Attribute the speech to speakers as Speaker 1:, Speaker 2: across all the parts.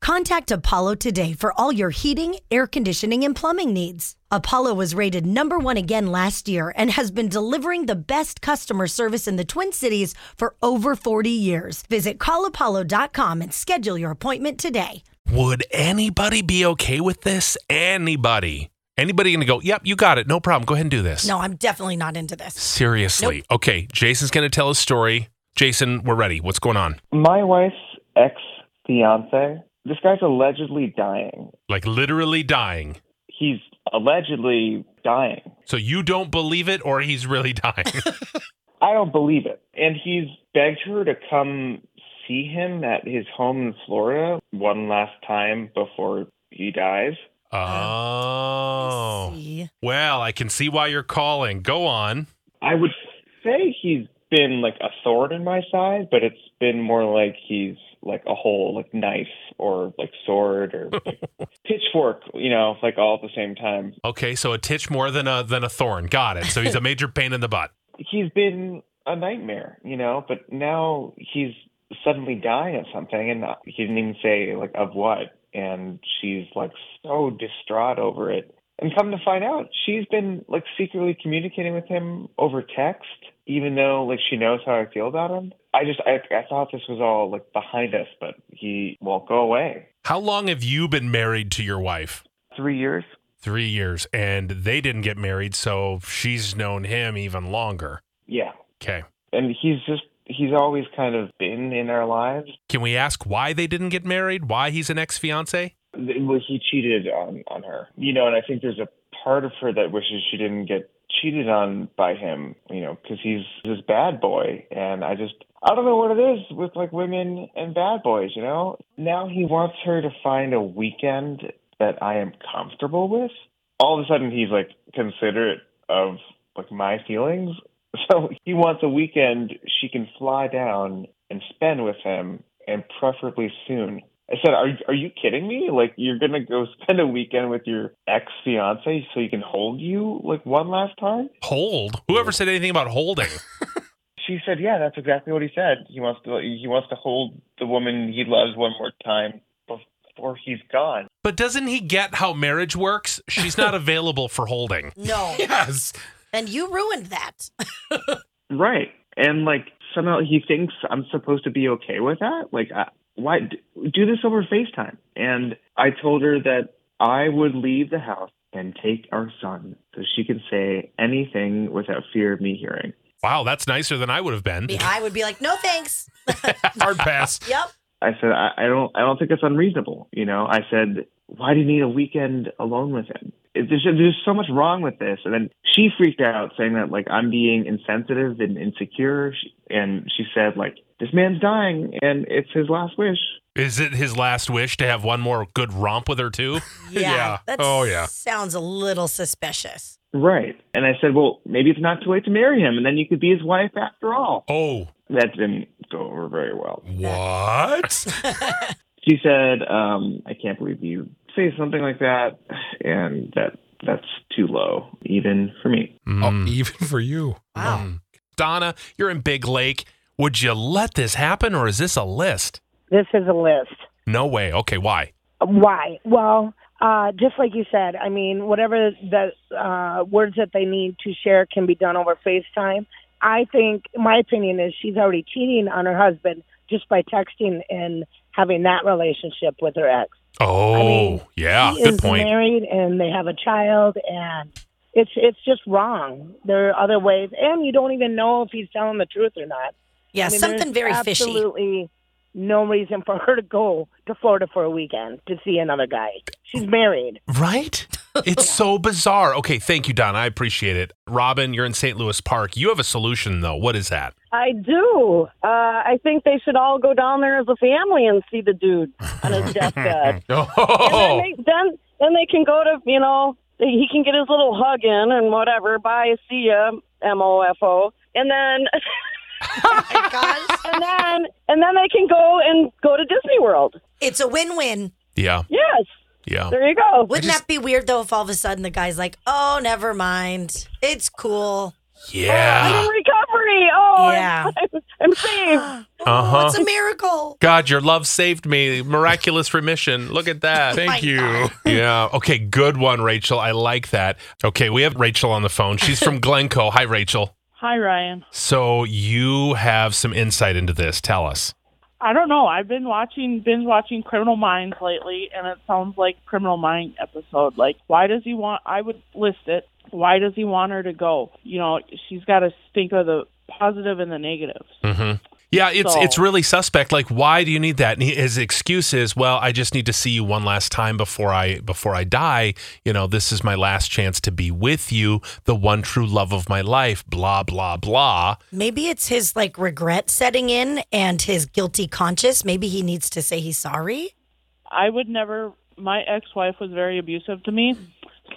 Speaker 1: Contact Apollo today for all your heating, air conditioning, and plumbing needs. Apollo was rated number one again last year and has been delivering the best customer service in the Twin Cities for over 40 years. Visit callapollo.com and schedule your appointment today.
Speaker 2: Would anybody be okay with this? Anybody? Anybody going to go, yep, you got it. No problem. Go ahead and do this.
Speaker 1: No, I'm definitely not into this.
Speaker 2: Seriously. Okay. Jason's going to tell his story. Jason, we're ready. What's going on?
Speaker 3: My wife's ex fiance, this guy's allegedly dying.
Speaker 2: Like literally dying.
Speaker 3: He's allegedly dying.
Speaker 2: So you don't believe it or he's really dying?
Speaker 3: I don't believe it. And he's begged her to come see him at his home in Florida one last time before he dies.
Speaker 2: oh.
Speaker 1: See?
Speaker 2: Well, I can see why you're calling. Go on.
Speaker 3: I would say he's been like a thorn in my side, but it's been more like he's like a whole like knife or like sword or like pitchfork, you know, like all at the same time.
Speaker 2: Okay, so a titch more than a than a thorn. Got it. So he's a major pain in the butt.
Speaker 3: he's been a nightmare, you know, but now he's suddenly dying of something and he didn't even say like of what and she's like so distraught over it. And come to find out, she's been like secretly communicating with him over text, even though like she knows how I feel about him. I just I, I thought this was all like behind us, but he won't go away.
Speaker 2: How long have you been married to your wife?
Speaker 3: Three years.
Speaker 2: Three years, and they didn't get married, so she's known him even longer.
Speaker 3: Yeah.
Speaker 2: Okay.
Speaker 3: And he's just he's always kind of been in our lives.
Speaker 2: Can we ask why they didn't get married? Why he's an ex fiance?
Speaker 3: th- well, he cheated on on her, you know, and I think there's a part of her that wishes she didn't get cheated on by him, you know, because he's this bad boy, and I just I don't know what it is with like women and bad boys, you know. Now he wants her to find a weekend that I am comfortable with. All of a sudden, he's like considerate of like my feelings. So he wants a weekend she can fly down and spend with him, and preferably soon. I said, "Are are you kidding me? Like you're gonna go spend a weekend with your ex fiance so you can hold you like one last time?"
Speaker 2: Hold? Whoever said anything about holding?
Speaker 3: She said, "Yeah, that's exactly what he said. He wants to he wants to hold the woman he loves one more time before he's gone."
Speaker 2: But doesn't he get how marriage works? She's not available for holding.
Speaker 1: No.
Speaker 2: Yes.
Speaker 1: And you ruined that.
Speaker 3: Right, and like somehow he thinks I'm supposed to be okay with that. Like, I, why d- do this over Facetime? And I told her that I would leave the house and take our son so she can say anything without fear of me hearing.
Speaker 2: Wow, that's nicer than I would have been.
Speaker 1: Me, I would be like, no thanks.
Speaker 2: Hard pass.
Speaker 1: Yep.
Speaker 3: I said, I, I don't, I don't think it's unreasonable. You know, I said, why do you need a weekend alone with him? It- There's, there's so much wrong with this. And then she freaked out saying that like I'm being insensitive and insecure. She, and she said like, this man's dying and it's his last wish.
Speaker 2: Is it his last wish to have one more good romp with her, too?
Speaker 1: Yeah.
Speaker 2: Yeah.
Speaker 1: That
Speaker 2: Oh, yeah.
Speaker 1: sounds a little suspicious.
Speaker 3: Right. And I said, well, maybe it's not too late to marry him. And then you could be his wife after all.
Speaker 2: Oh,
Speaker 3: That didn't go over very well.
Speaker 2: what?
Speaker 3: She said, um, I can't believe you say something like that. And that that's too low even for me.
Speaker 2: Mm.
Speaker 4: Oh, even for you.
Speaker 1: Wow.
Speaker 2: Donna, you're in Big Lake. Would you let this happen or is this a list?
Speaker 5: This is a list.
Speaker 2: No way. Okay, why?
Speaker 5: Why? Well, uh, just like you said, I mean, whatever the uh, words that they need to share can be done over FaceTime. I think my opinion is she's already cheating on her husband just by texting and having that relationship with her ex.
Speaker 2: Oh, yeah,
Speaker 5: he
Speaker 2: good
Speaker 5: is
Speaker 2: point.
Speaker 5: married and they have a child, and it's it's just wrong. There are other ways, and you don't even know if he's telling the truth or not.
Speaker 1: Yeah,
Speaker 5: I mean,
Speaker 1: something
Speaker 5: there's
Speaker 1: very fishy.
Speaker 5: Absolutely no reason for her to go to Florida for a weekend to see another guy. She's married.
Speaker 2: Right? It's so bizarre. Okay, thank you, Donna. I appreciate it. Robin, you're in St. Louis Park. You have a solution, though. What is that?
Speaker 6: I do. Uh, I think they should all go down there as a family and see the dude on his deathbed.
Speaker 2: Oh,
Speaker 6: And then, they, then, then they can go to, you know, he can get his little hug in and whatever. Bye, see ya, MOFO. And then,
Speaker 1: Oh My gosh.
Speaker 6: and then, and then they can go and go to Disney World.
Speaker 1: It's a win win.
Speaker 2: yeah,
Speaker 6: Yes,
Speaker 2: yeah.
Speaker 6: there you go.
Speaker 1: Wouldn't that be weird though if all of a sudden the guy's like, oh, never mind. It's cool.
Speaker 2: Yeah.
Speaker 6: I'm in recovery. Oh,
Speaker 1: Yeah.
Speaker 6: I'm, I'm saved.
Speaker 2: Uh huh.
Speaker 1: It's a miracle.
Speaker 2: God, your love saved me. Miraculous remission. Look at that.
Speaker 4: Thank you.
Speaker 2: yeah. Okay. Good one, Rachel. I like that. Okay. We have Rachel on the phone. She's from Glencoe. Hi, Rachel.
Speaker 6: Hi, Ryan.
Speaker 2: So you have some insight into this. Tell us.
Speaker 6: I don't know. I've been watching binge watching Criminal Minds lately, and it sounds like Criminal Mind episode. Like, why does he want? I would list it. Why does he want her to go? You know, she's got to think of the positive and the negative.
Speaker 2: Mm-hmm. Yeah, it's
Speaker 6: So-
Speaker 2: it's really suspect. Like, why do you need that? And he, his excuse is, well, I just need to see you one last time before I before I die. You know, this is my last chance to be with you, the one true love of my life. Blah blah blah.
Speaker 1: Maybe it's his like regret setting in and his guilty conscience. Maybe he needs to say he's sorry.
Speaker 6: I would never. My ex-wife was very abusive to me,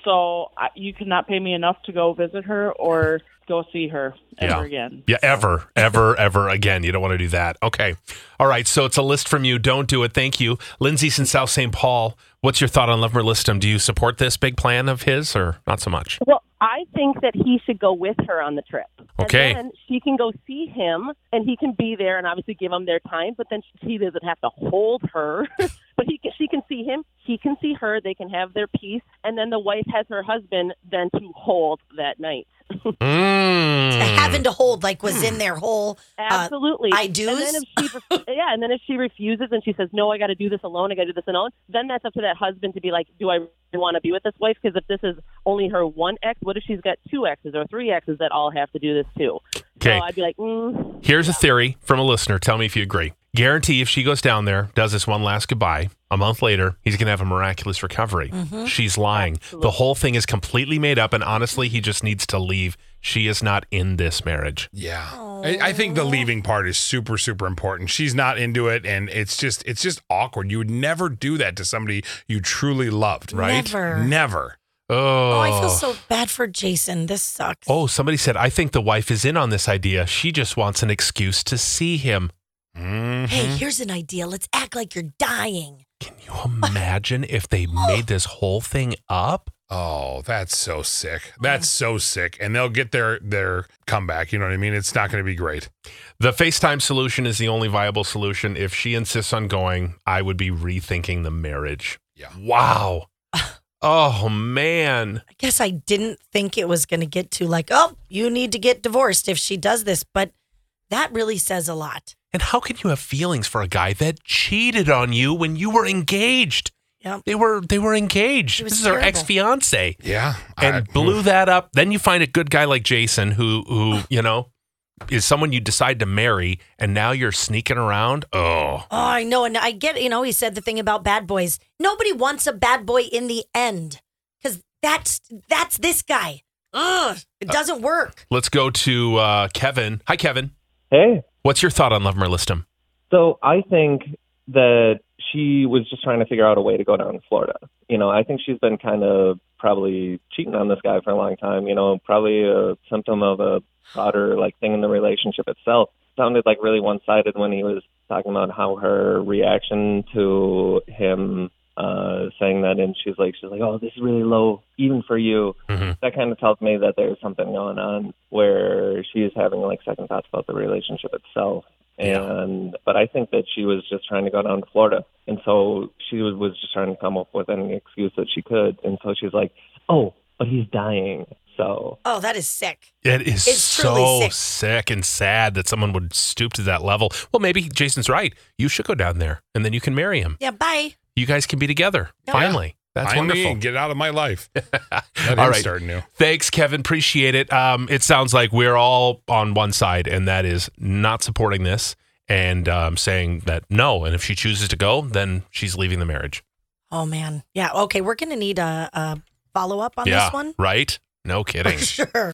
Speaker 6: so I, you could not pay me enough to go visit her or go see her ever
Speaker 2: Yeah.
Speaker 6: again.
Speaker 2: Yeah, ever, ever, ever again. You don't want to do that. Okay, all right. So it's a list from you. Don't do it. Thank you, Lindsay's in South St. Paul. What's your thought on Love Merlistum? Do you support this big plan of his, or not so much?
Speaker 7: Well, I think that he should go with her on the trip.
Speaker 2: Okay.
Speaker 7: And then she can go see him, and he can be there, and obviously give them their time. But then he doesn't have to hold her. but he can, she can see him. He can see her. They can have their peace, and then the wife has her husband then to hold that night.
Speaker 2: Mm.
Speaker 1: Having to hold like was in their whole.
Speaker 7: Absolutely.
Speaker 1: I do's?
Speaker 7: And then if she, ref- yeah, and then if she refuses and she says, "No, I got to do this alone. I got to do this alone," then that's up to that husband to be like, "Do I really want to be with this wife? Because if this is only her one ex, what if she's got two exes or three exes that all have to do this too?"
Speaker 2: Okay.
Speaker 7: So I'd be like, mm,
Speaker 2: Here's a theory from a listener. Tell me if you agree. Guarantee if she goes down there, does this one last goodbye, a month later, he's going to have a miraculous recovery.
Speaker 1: Mm-hmm.
Speaker 2: She's lying. The whole thing is completely made up. And honestly, he just needs to leave. She is not in this marriage.
Speaker 4: Yeah. I, I think the leaving part is super, super important. She's not into it and it's just it's just awkward. You would never do that to somebody you truly loved, right?
Speaker 1: Never.
Speaker 4: Never.
Speaker 2: Oh,
Speaker 1: Oh, I feel so bad for Jason. This sucks.
Speaker 2: Oh, somebody said, I think the wife is in on this idea. She just wants an excuse to see him. Mm-hmm.
Speaker 1: Hey, here's an idea. Let's act like you're dying.
Speaker 2: Can you imagine if they made this whole thing up?
Speaker 4: Oh, that's so sick. That's so sick. And they'll get their their comeback. You know what I mean? It's not going to be great.
Speaker 2: The FaceTime solution is the only viable solution. If she insists on going, I would be rethinking the marriage.
Speaker 4: Yeah.
Speaker 2: Wow. Oh man.
Speaker 1: I guess I didn't think it was going to get to like, oh, you need to get divorced if she does this, but that really says a lot.
Speaker 2: And how can you have feelings for a guy that cheated on you when you were engaged?
Speaker 1: Yep.
Speaker 2: They were they were
Speaker 1: It
Speaker 2: engaged.
Speaker 1: was
Speaker 2: This is her
Speaker 1: terrible.
Speaker 2: ex-fiance.
Speaker 4: Yeah.
Speaker 2: And
Speaker 4: I-
Speaker 2: blew that up. Then you find a good guy like Jason who who, you know, is someone you decide to marry and now you're sneaking around. Oh.
Speaker 1: Oh, I know. And I get, you know, he said the thing about bad boys. Nobody wants a bad boy in the end because that's that's this guy. Ugh, it doesn't work.
Speaker 2: Let's go to uh, Kevin. Hi Kevin.
Speaker 8: Hey.
Speaker 2: What's your thought on Love Merlistum?
Speaker 8: So I think that she was just trying to figure out a way to go down to Florida. You know, I think she's been kind of probably cheating on this guy for a long time, you know, probably a symptom of a broader like thing in the relationship itself. Sounded like really one sided when he was talking about how her reaction to him uh saying that and she's like she's like, Oh, this is really low even for you that kind of tells me that there's something going on where she's having like second thoughts about the relationship itself. And but I think that she was just trying to go down to Florida, and so she was, was just trying to come up with any excuse that she could. And so she's like, "Oh, but he's dying." So
Speaker 1: Oh, that is sick.
Speaker 2: It is
Speaker 1: It's truly
Speaker 2: so
Speaker 1: sick.
Speaker 2: sick. and sad that someone would stoop to that level. Well, maybe Jason's right. You should go down there and then you can marry him.
Speaker 1: Yeah, bye.
Speaker 2: You guys can be together.
Speaker 1: Oh, Yeah.
Speaker 2: Finally. That's
Speaker 4: Find me
Speaker 2: wonderful.
Speaker 4: and Get out of my life. That
Speaker 2: All
Speaker 4: is
Speaker 2: right.
Speaker 4: starting new.
Speaker 2: Thanks, Kevin. Appreciate it. Um, it sounds like we're all on one side, and that is not supporting this and um, saying that no. And if she chooses to go, then she's leaving the marriage.
Speaker 1: Oh man. Yeah. Okay, we're gonna need a, a follow up on
Speaker 2: yeah.
Speaker 1: this one.
Speaker 2: Right? No kidding.
Speaker 1: Sure.